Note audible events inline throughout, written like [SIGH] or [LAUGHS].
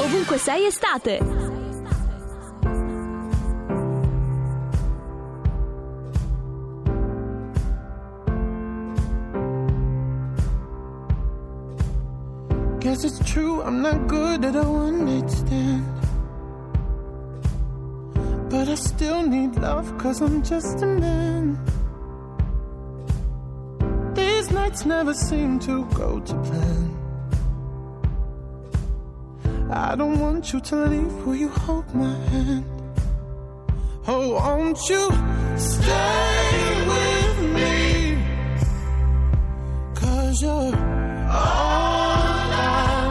106 Estate. Guess it's true, I'm not good at a one night stand. But I still need love, cause I'm just a man. These nights never seem to go to plan. I don't want you to leave, will you hold my hand? Oh, won't you stay with me? Cause you're all I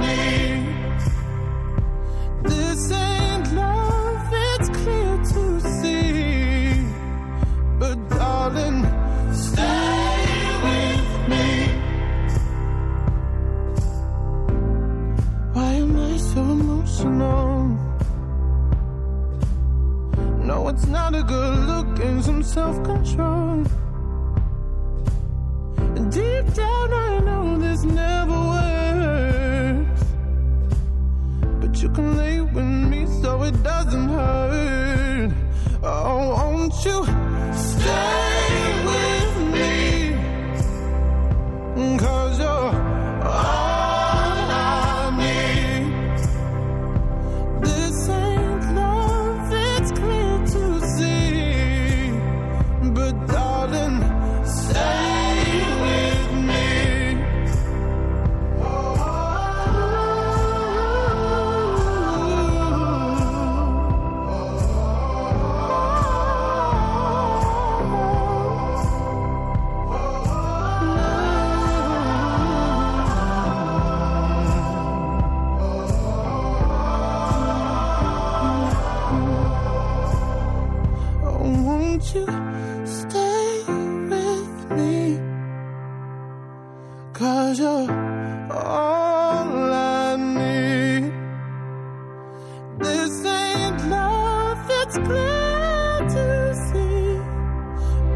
need. This ain't love, it's clear to see. But darling, stay with me. Why am I so emotional? No, it's not a good look and some self control. Deep down, I know this never works. But you can lay with me so it doesn't hurt. Oh, won't you stay with me? Cause you're all I need. This ain't love, it's clear to see. But darling, stay with me. Oh, oh, oh. Oh, won't you stay with me? Cause you're all I need. This ain't love, it's clear to see.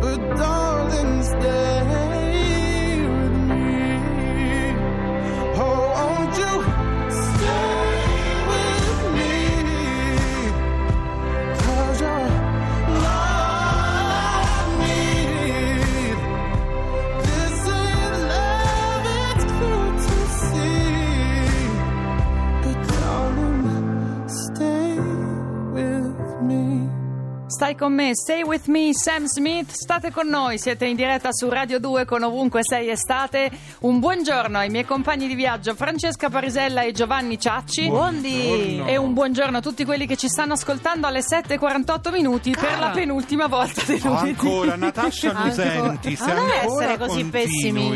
But darling, stay with me. Oh, won't you stay with me? Cause you're all need. This ain't love, it's clear to see. But darling, stay with me. Stai con me, stay with me, Sam Smith, state con noi, siete in diretta su Radio 2 con ovunque sei estate. Un buongiorno ai miei compagni di viaggio Francesca Parisella e Giovanni Ciacci. Buongiorno. E un buongiorno a tutti quelli che ci stanno ascoltando alle 7.48 minuti per la penultima volta del lunedì. Ancora Natascia Anco- Lucenti, se Ah, non deve ancora essere così continui.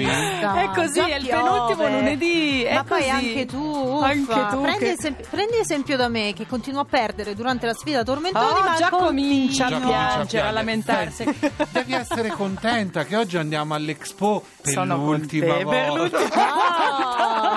pessimista. È così, Già è il piove. penultimo lunedì, è Ma così. poi anche tu, uffa. Anche tu Prendi, che- esem- prendi esempio da me che continuo a perdere durante la sfida tormentoni, Oh, ma già continuo. comincia Già a comincia a piangere, a piangere. lamentarsi. Devi essere contenta che oggi andiamo all'Expo per Sono con te, l'ultima per volta. l'ultima-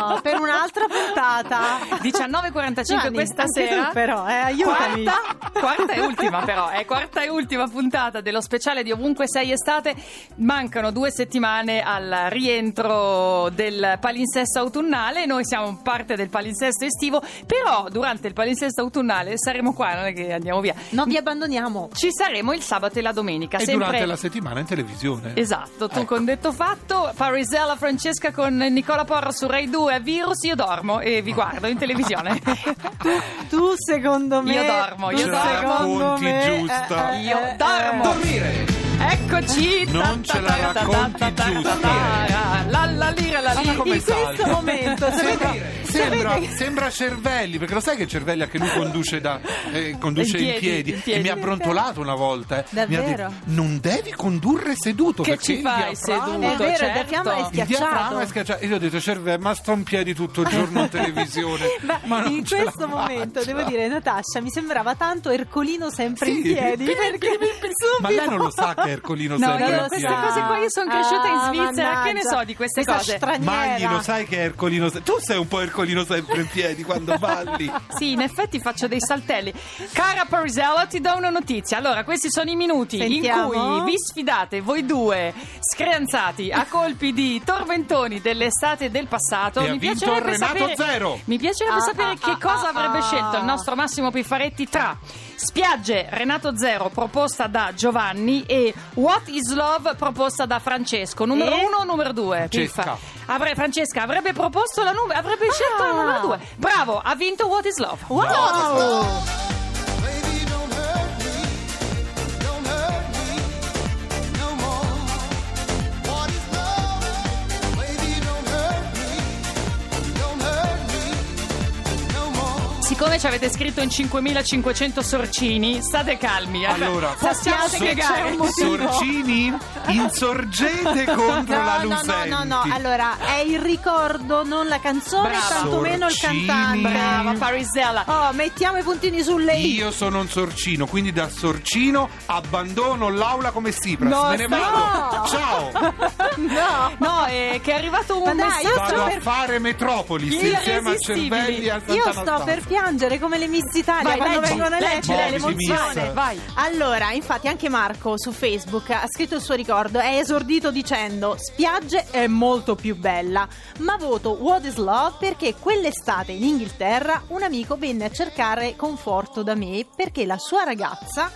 No, Oh, per un'altra puntata. 19.45 Gianni, questa anche sera. tu però, eh, aiutami. Quarta, quarta e ultima, però. È quarta e ultima puntata dello speciale di Ovunque Sei Estate. Mancano due settimane al rientro del palinsesto autunnale. Noi siamo parte del palinsesto estivo. Però durante il palinsesto autunnale saremo qua, non è che andiamo via. Non vi abbandoniamo. Ci saremo il sabato e la domenica. E sempre durante la settimana in televisione. Esatto, tu Ecco. con detto fatto, Parisella Francesca con Nicola Porro su Rai 2 a Virus, io dormo e vi guardo in televisione. [LAUGHS] Tu secondo me Io dormo, tu io dormo. secondo Ce la racconti eh, me, giusta. Io Eh, dormo. Dormire! Eccoci! Non ce la racconti giusta. La la lira la Guarda lira. come In questo salta. momento [LAUGHS] Sembra, sapete- sembra, sapete- sembra Cervelli, perché lo sai che Cervelli anche lui conduce, da, eh, conduce In in, piedi, piedi, in piedi. e mi ha brontolato una volta. eh. Mi ha Davvero? detto, non devi condurre seduto Che perché ci il fai diaframma- seduto? È vero, il Certo. diaframma è Il Il diaframma è schiacciato. schiacciato. Io ho detto, cervello, ma sto in piedi tutto il giorno [LAUGHS] in televisione. Ma Ma non in ce la questo momento, faccio. devo dire, Natascia mi sembrava tanto Ercolino sempre in Sì, piedi. sì, Perché Ma lei non lo sa che Ercolino No, [LAUGHS] sempre io in queste piedi. cose qua io sono cresciuta in Svizzera, che ne Ah, mannaggia. so di queste Questa cose. straniera. Magli, lo sai che è Ercolino. se- Tu sei un po' Ercolino sempre in piedi [LAUGHS] quando balli. Sì, in effetti faccio dei saltelli. Cara Parisella, ti do una notizia. Allora, questi sono i minuti Sentiamo. in cui vi sfidate voi due, screanzati a colpi di tormentoni dell'estate e del passato. E ha mi vinto piacerebbe Renato sapere, Zero. Mi piacerebbe Ah, sapere ah, che ah, cosa ah, avrebbe ah. scelto il nostro Massimo Pifaretti tra Spiagge Renato Zero proposta da Giovanni e What is Love proposta da Francesco. Numero E? uno o numero due? Francesca. Piffa? Avrei- Francesca avrebbe proposto la numero, avrebbe scelto la Ah. numero due. Bravo, ha vinto What is Love. Wow! Baby, don't hurt me, don't hurt me no more. What is love? Baby, don't hurt me, don't hurt me no more. Siccome ci avete scritto in 5500 sorcini, state calmi. eh. Allora, possiamo sappiate che spiegare. c'è un motivo. Sorcini, insorgete contro la no, no, Lucenti. no, no, allora è il ricordo, non la canzone, Brava. tantomeno il Sorcini. cantante. Brava Parisella. Oh, mettiamo i puntini sulle i. Io sono un sorcino, quindi da sorcino abbandono l'aula come Sipras. No, Me ne stai- vado. Ciao. No. No, eh, che è arrivato Ma un dai, messaggio. Vado per- a fare Metropolis Gli insieme a irresistibili. Cervelli al Io Santana sto per piangere come le Miss Italia Vai, quando leggi, vengono leggi, elette Muoviti, l'emozione. miss. Vai. Allora, infatti anche Marco su Facebook ha scritto il suo ricordo, è esordito dicendo "Spiagge è molto più bella, ma voto What is Love perché quell'estate in Inghilterra un amico venne a cercare conforto da me perché la sua ragazza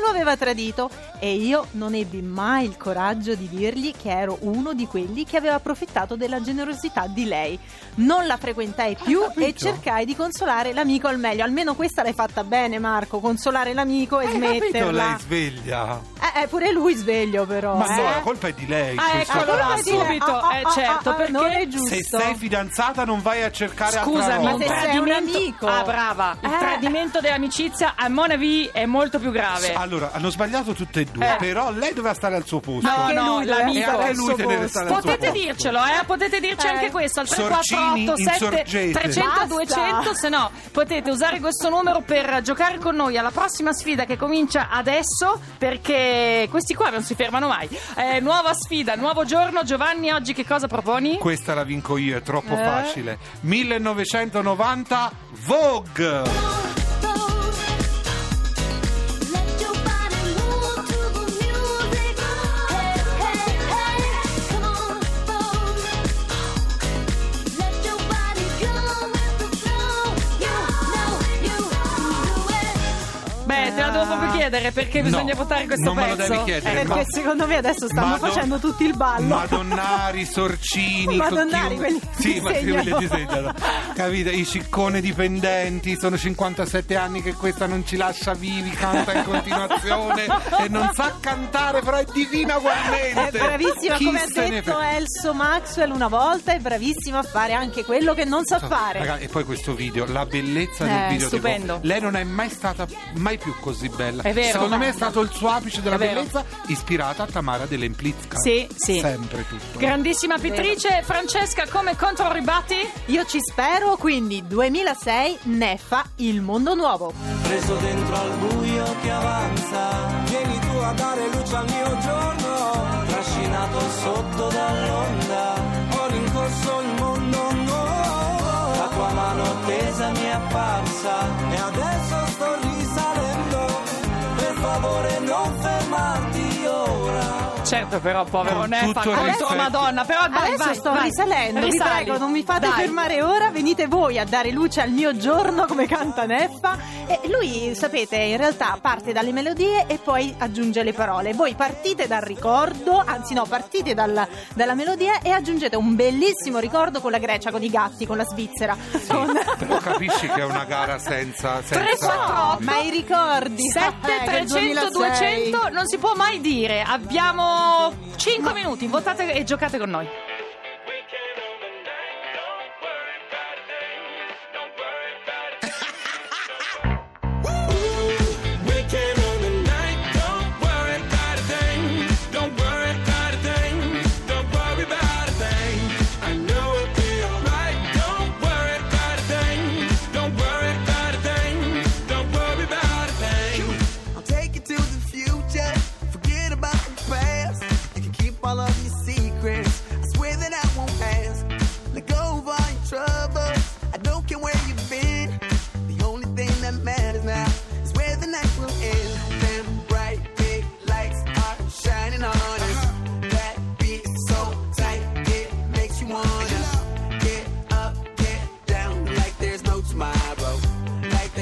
lo aveva tradito e io non ebbi mai il coraggio di dirgli che ero uno di quelli che aveva approfittato della generosità di lei. Non la frequentai più Ah, e cercai di consolare l'amico al meglio. Almeno questa l'hai fatta bene, Marco. Consolare l'amico e Hai Eh, capito? smetterla. Lei sveglia. Eh, eh, pure lui sveglio, però. Ma eh. no, la colpa è di lei. in Oh, Ah, questo ecco, allora caso. Come dire, subito, ah, ah, eh, ah, certo, ah, perché- non è giusto. Se sei fidanzata non vai a cercare altra Scusa, roba. ma se il sei un tradimento- amico. Ah, brava. Il Eh. tradimento dell'amicizia a Monavi è molto più grave. Allora, hanno sbagliato tutte e due, Eh. però lei doveva stare al suo posto. No, Anche no, lui doveva l'amico. stare E al anche lui suo te ne posto. resta la- Potete posto. dircelo, eh? potete dirci Eh. anche questo al Sorcini, 3487 insorgete. 300 Basta. 200, se no potete usare questo numero per giocare con noi alla prossima sfida che comincia adesso perché questi qua non si fermano mai. Eh, nuova sfida, nuovo giorno, Giovanni oggi che cosa proponi? Questa la vinco io, è troppo Eh. facile. 1990 Vogue. Let your body move to the music. Hey, hey, hey, come on, Vogue. Let your body go with the flow. You know you do it. Beh, te la devo proprio chiedere perché No, bisogna votare questo non me lo pezzo. devi chiedere, Eh, Perché ma- secondo me adesso stanno Madon- facendo tutti il ballo. Madonnari, Sorcini, Madonnari, quelli tutti che Sì, ma sì, quelli disegnano. che disegnano. Capite? I ciccone dipendenti, sono 57 anni che questa non ci lascia vivi, canta in continuazione e non sa cantare, però è divina È ugualmente. bravissima, Chi come ha se ne detto eh, frega? Elso Maxwell una volta, è bravissima a fare anche quello che non sa fare. Raga, e poi questo video, la bellezza Eh, del video. stupendo. tipo, lei non è mai stata mai più così bella. È vero. Secondo me è stato il suo apice della È vero. bellezza, ispirata a Tamara Dell'Emplizca. Sì, sì. Sempre tutto. Grandissima pittrice, Francesca, come controribatti? Io ci spero, quindi 2006 Neffa, il mondo nuovo. preso dentro al buio che avanza. Vieni tu a dare luce al mio giorno, trascinato sotto dall'onda. Ho rincorso il mondo nuovo, la tua mano tesa mi è apparsa e adesso sto risalendo. Per favore non fermarti ora. Certo, però, povero Con Neffa, tutto il contro rispetto. Madonna. Però dai, Adesso vai, sto vai. risalendo, vi Risali. prego, non mi fate Dai. fermare ora, venite voi a dare luce al mio giorno come canta Neffa. E lui, sapete, in realtà parte dalle melodie e poi aggiunge le parole. Voi partite dal ricordo, anzi no, partite dal- dalla melodia e aggiungete un bellissimo ricordo con la Grecia, con i gatti, con la Svizzera. con- [LAUGHS] Però capisci che è una gara senza. senza Tre, quattro, otto. Ma i ricordi 7 eh, del 300 2006. 200 non si può mai dire abbiamo 5 minuti votate e giocate con noi Weekend on the night, don't worry about a thing. Don't worry about a thing. Don't worry about a thing. I know it'll be alright. Don't worry about a thing. Don't worry about a thing. Don't worry about a thing. I'll take you to the future. Forget about the past. You can keep all of your secrets. I swear tomorrow. Like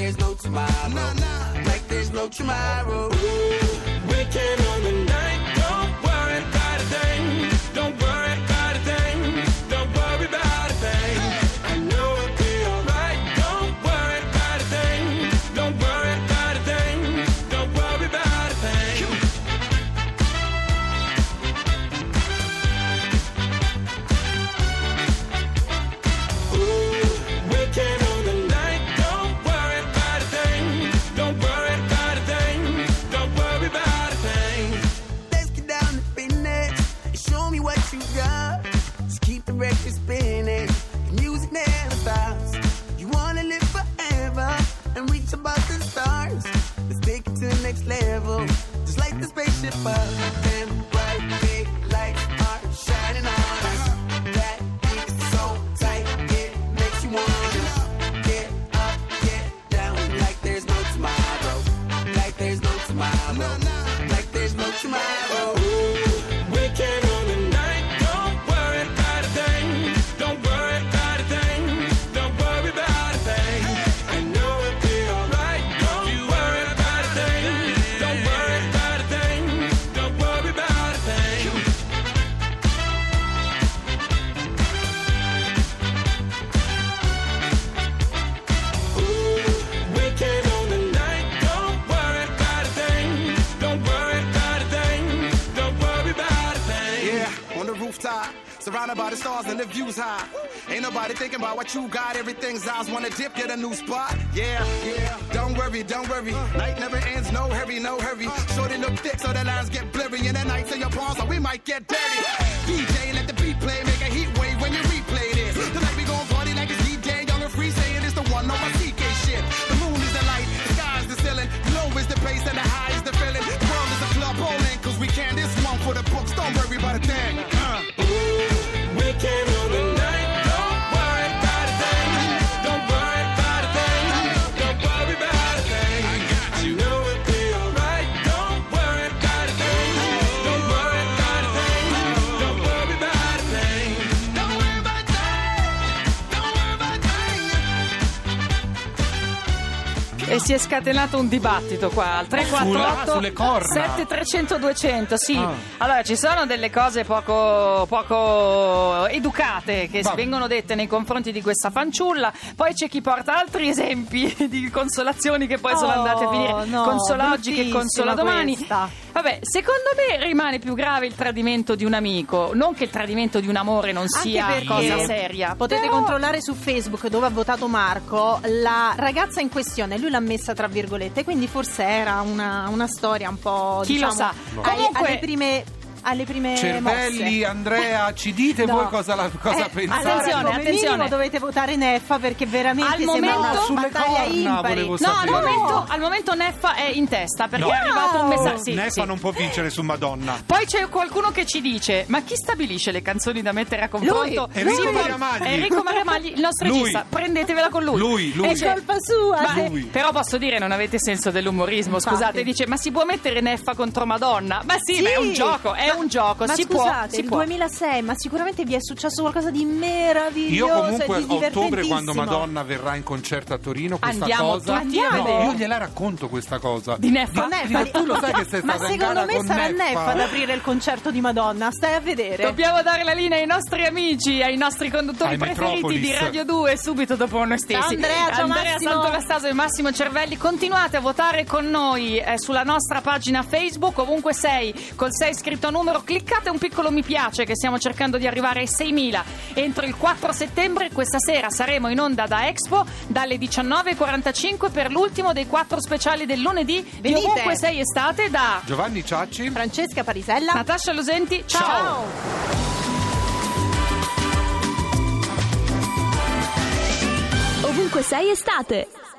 there's no tomorrow. We can own the night. Don't worry about a thing. Don't worry about a thing. Don't worry about a thing. I know it'll be alright. Don't worry about a thing. Don't worry about a thing. Don't worry about a thing. We can own the night. Don't worry about a thing. Don't worry about a thing. Don't worry about a thing. Let's get down to business. Show me what you got. Just keep the record spinning. The music never stops. You wanna live forever and reach above the stars. Let's take it to the next level. Just like the spaceship up. Them bright big lights are shining on us. That beat is so tight, it makes you wanna get up, get down like there's no tomorrow. Like there's no tomorrow. Like there's no tomorrow. We can own the night. Don't worry about a thing. Don't worry about a thing. Don't worry about a thing. I know it'll be alright. Don't worry about a thing. Don't worry about a thing. Don't worry about a thing. We can own the night. Don't worry about a thing. Don't worry about a thing. Don't worry about a thing. Yeah, on the rooftop, surrounded by the stars and the views high. Ain't nobody thinking about what you got. Everything's eyes wanna dip, you're the new spot. Yeah, yeah. Don't worry, don't worry. Night never ends, no hurry, no hurry. Shorty look thick, so the lines get blurry. And the nights in your palms, so we might get dirty. DJ, let the beat play, make a heat wave when you replay this. Tonight we gon' party like it's DJ, young and free, saying it's the one on my CK shit. The moon is the light, the sky's the ceiling, low is the bass, and the high is the feeling. World is a club, all in, cause we can. This one for the books, don't worry about a thing. Uh. We can own the night. Don't worry about a thing. Don't worry about a thing. Don't worry about a thing. I got you. know it'll be alright. Don't worry about a thing. Don't worry about a thing. Don't worry about a thing. Don't worry about a thing. Don't worry about a thing. E si è scatenato un dibattito qua al Sulla- 348 sulle corna. 7300 200. Sì, Ah. allora ci sono delle cose poco, poco educate che Vabbè. vengono dette nei confronti di questa fanciulla. Poi c'è chi porta altri esempi [LAUGHS] di consolazioni che poi sono Oh, andate a finire no, consola oggi che bruttissima consola domani. questa. Vabbè, secondo me rimane più grave il tradimento di un amico. Non che il tradimento di un amore non Anche sia perché cosa seria. Potete però- controllare su Facebook dove ha votato Marco la ragazza in questione, lui l'ha messa tra virgolette, quindi forse era una, una storia un po'. Chi diciamo, lo sa. ai- Comunque- alle prime, alle prime Cervelli, eh, mosse. Andrea, ci dite No. voi cosa, la- cosa Eh, pensate? Attenzione, Allora, come attenzione. minimo dovete votare Neffa perché veramente Al sembra momento- una Sulle battaglia corna impari. volevo No, al sapere. momento, al momento Neffa è in testa perché No. è arrivato un messaggio. Sì, Neffa sì. non può vincere su Madonna. Poi c'è qualcuno che ci dice: Ma chi stabilisce le canzoni da mettere a confronto? Lui, Enrico Sì, Mariamagli. Enrico Mariamagli, il nostro Lui. regista, prendetevela con lui. Lui, lui. E È c'è- colpa sua. Ma- se- Lui. Però posso dire, non avete senso dell'umorismo. Infatti. Scusate, dice: Ma si può mettere Neffa contro Madonna? Ma sì, Sì. ma è un gioco, è Ma- un gioco. Ma si scusate, può, si il può. 2006, ma sicuramente vi è successo qualcosa di Io meraviglioso comunque e di a ottobre quando divertentissimo. Madonna verrà in concerto a Torino questa Andiamo cosa tutti a No, vedere. io gliela racconto questa cosa. Di Neffa? Ma Neffa, tu lo sai che [LAUGHS] sei ma stata in secondo gara me con sarà Neffa? Neffa ad aprire il concerto di Madonna, stai a vedere. Dobbiamo dare la linea ai nostri amici, ai nostri conduttori Ai preferiti Metropolis. di Radio 2 subito dopo noi stessi. Ciao Andrea, ciao Massimo. Santogastasio e Massimo Cervelli, continuate a votare con noi eh, sulla nostra pagina Facebook, ovunque sei, col 6 scritto a numero, cliccate un piccolo mi piace che stiamo cercando di arrivare ai 6.000. Entro il 4 settembre questa sera saremo in onda da Expo dalle 19.45 per l'ultimo dei quattro speciali del lunedì di Venite. ovunque sei estate da Giovanni Ciacci? Francesca Parisella. Natascia Losenti. ciao. Ovunque sei estate.